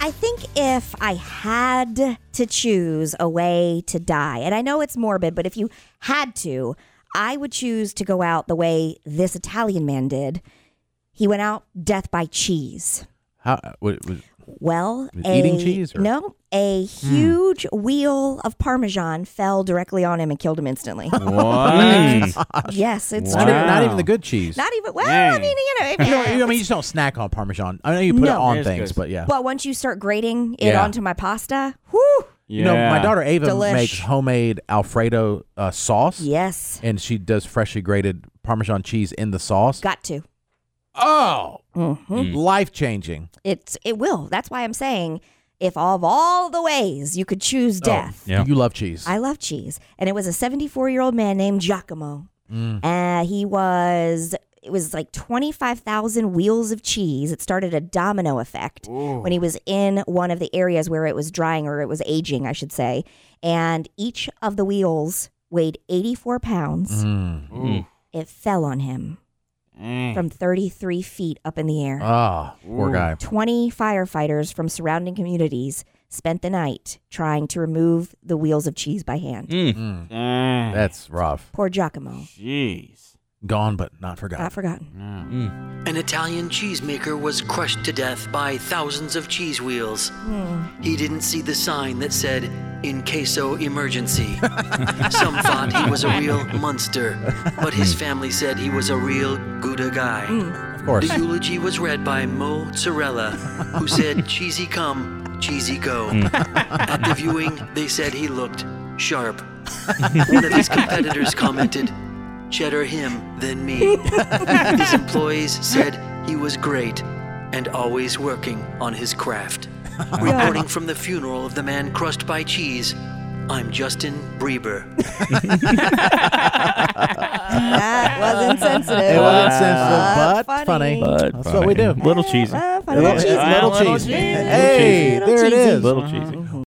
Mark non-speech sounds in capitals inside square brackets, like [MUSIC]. I think if I had to choose a way to die, and I know it's morbid, but if you had to, I would choose to go out the way this Italian man did. He went out death by cheese. How? uh, What, what, Well, Was it a, eating cheese or- No, a huge wheel of Parmesan fell directly on him and killed him instantly. what? yes, it's Not, true. even, not even the good cheese. Not even. Well, I e- Dang. mean, you know, if, You know, I mean, you just don't snack on Parmesan. I know you put it No. on It's things, good. but yeah. but once you start grating it Yeah. onto my pasta, whoo, yeah. [LAUGHS] You know, my daughter Ava Delish. makes homemade Alfredo uh, sauce, yes, and she does freshly grated Parmesan cheese in the sauce. got Mm-hmm. to. oh, Mm. life changing. It's it will. That's why I'm saying if of all the ways you could choose death, Yeah. You love cheese. I love cheese. And it was a 74 year old man named Giacomo. Uh, he was it was like 25,000 wheels of cheese. It started a domino effect when he was in one of the areas where it was drying or it was aging, I should say. And each of the wheels weighed 84 pounds. Mm. It fell on him from 33 feet up in the air. Ah, poor guy. 20 firefighters from surrounding communities spent the night trying to remove the wheels of cheese by hand. Mm. Mm. That's rough. Poor Giacomo. Jeez. Gone, but not forgotten. Not forgotten. An Italian cheesemaker was crushed to death by thousands of cheese wheels. He didn't see the sign that said, in queso emergency. Some thought he was a real monster, but his family said he was a real Gouda guy. of course. The eulogy was read by Mo Zarella, [LAUGHS] who said, Cheesy come, cheesy go. Hmm. At the viewing, they said he looked sharp. One of his competitors commented, Cheddar him, then me. [LAUGHS] His employees said he was great and always working on his craft. Reporting from the funeral of the man crushed by cheese, I'm Justin Bieber. [LAUGHS] That was insensitive. It was insensitive, But but funny. funny. But That's what we do. Little cheesy. Ah, funny little cheesy. cheesy. Little cheesy. Hey, Little there it cheesy. is. Little cheesy.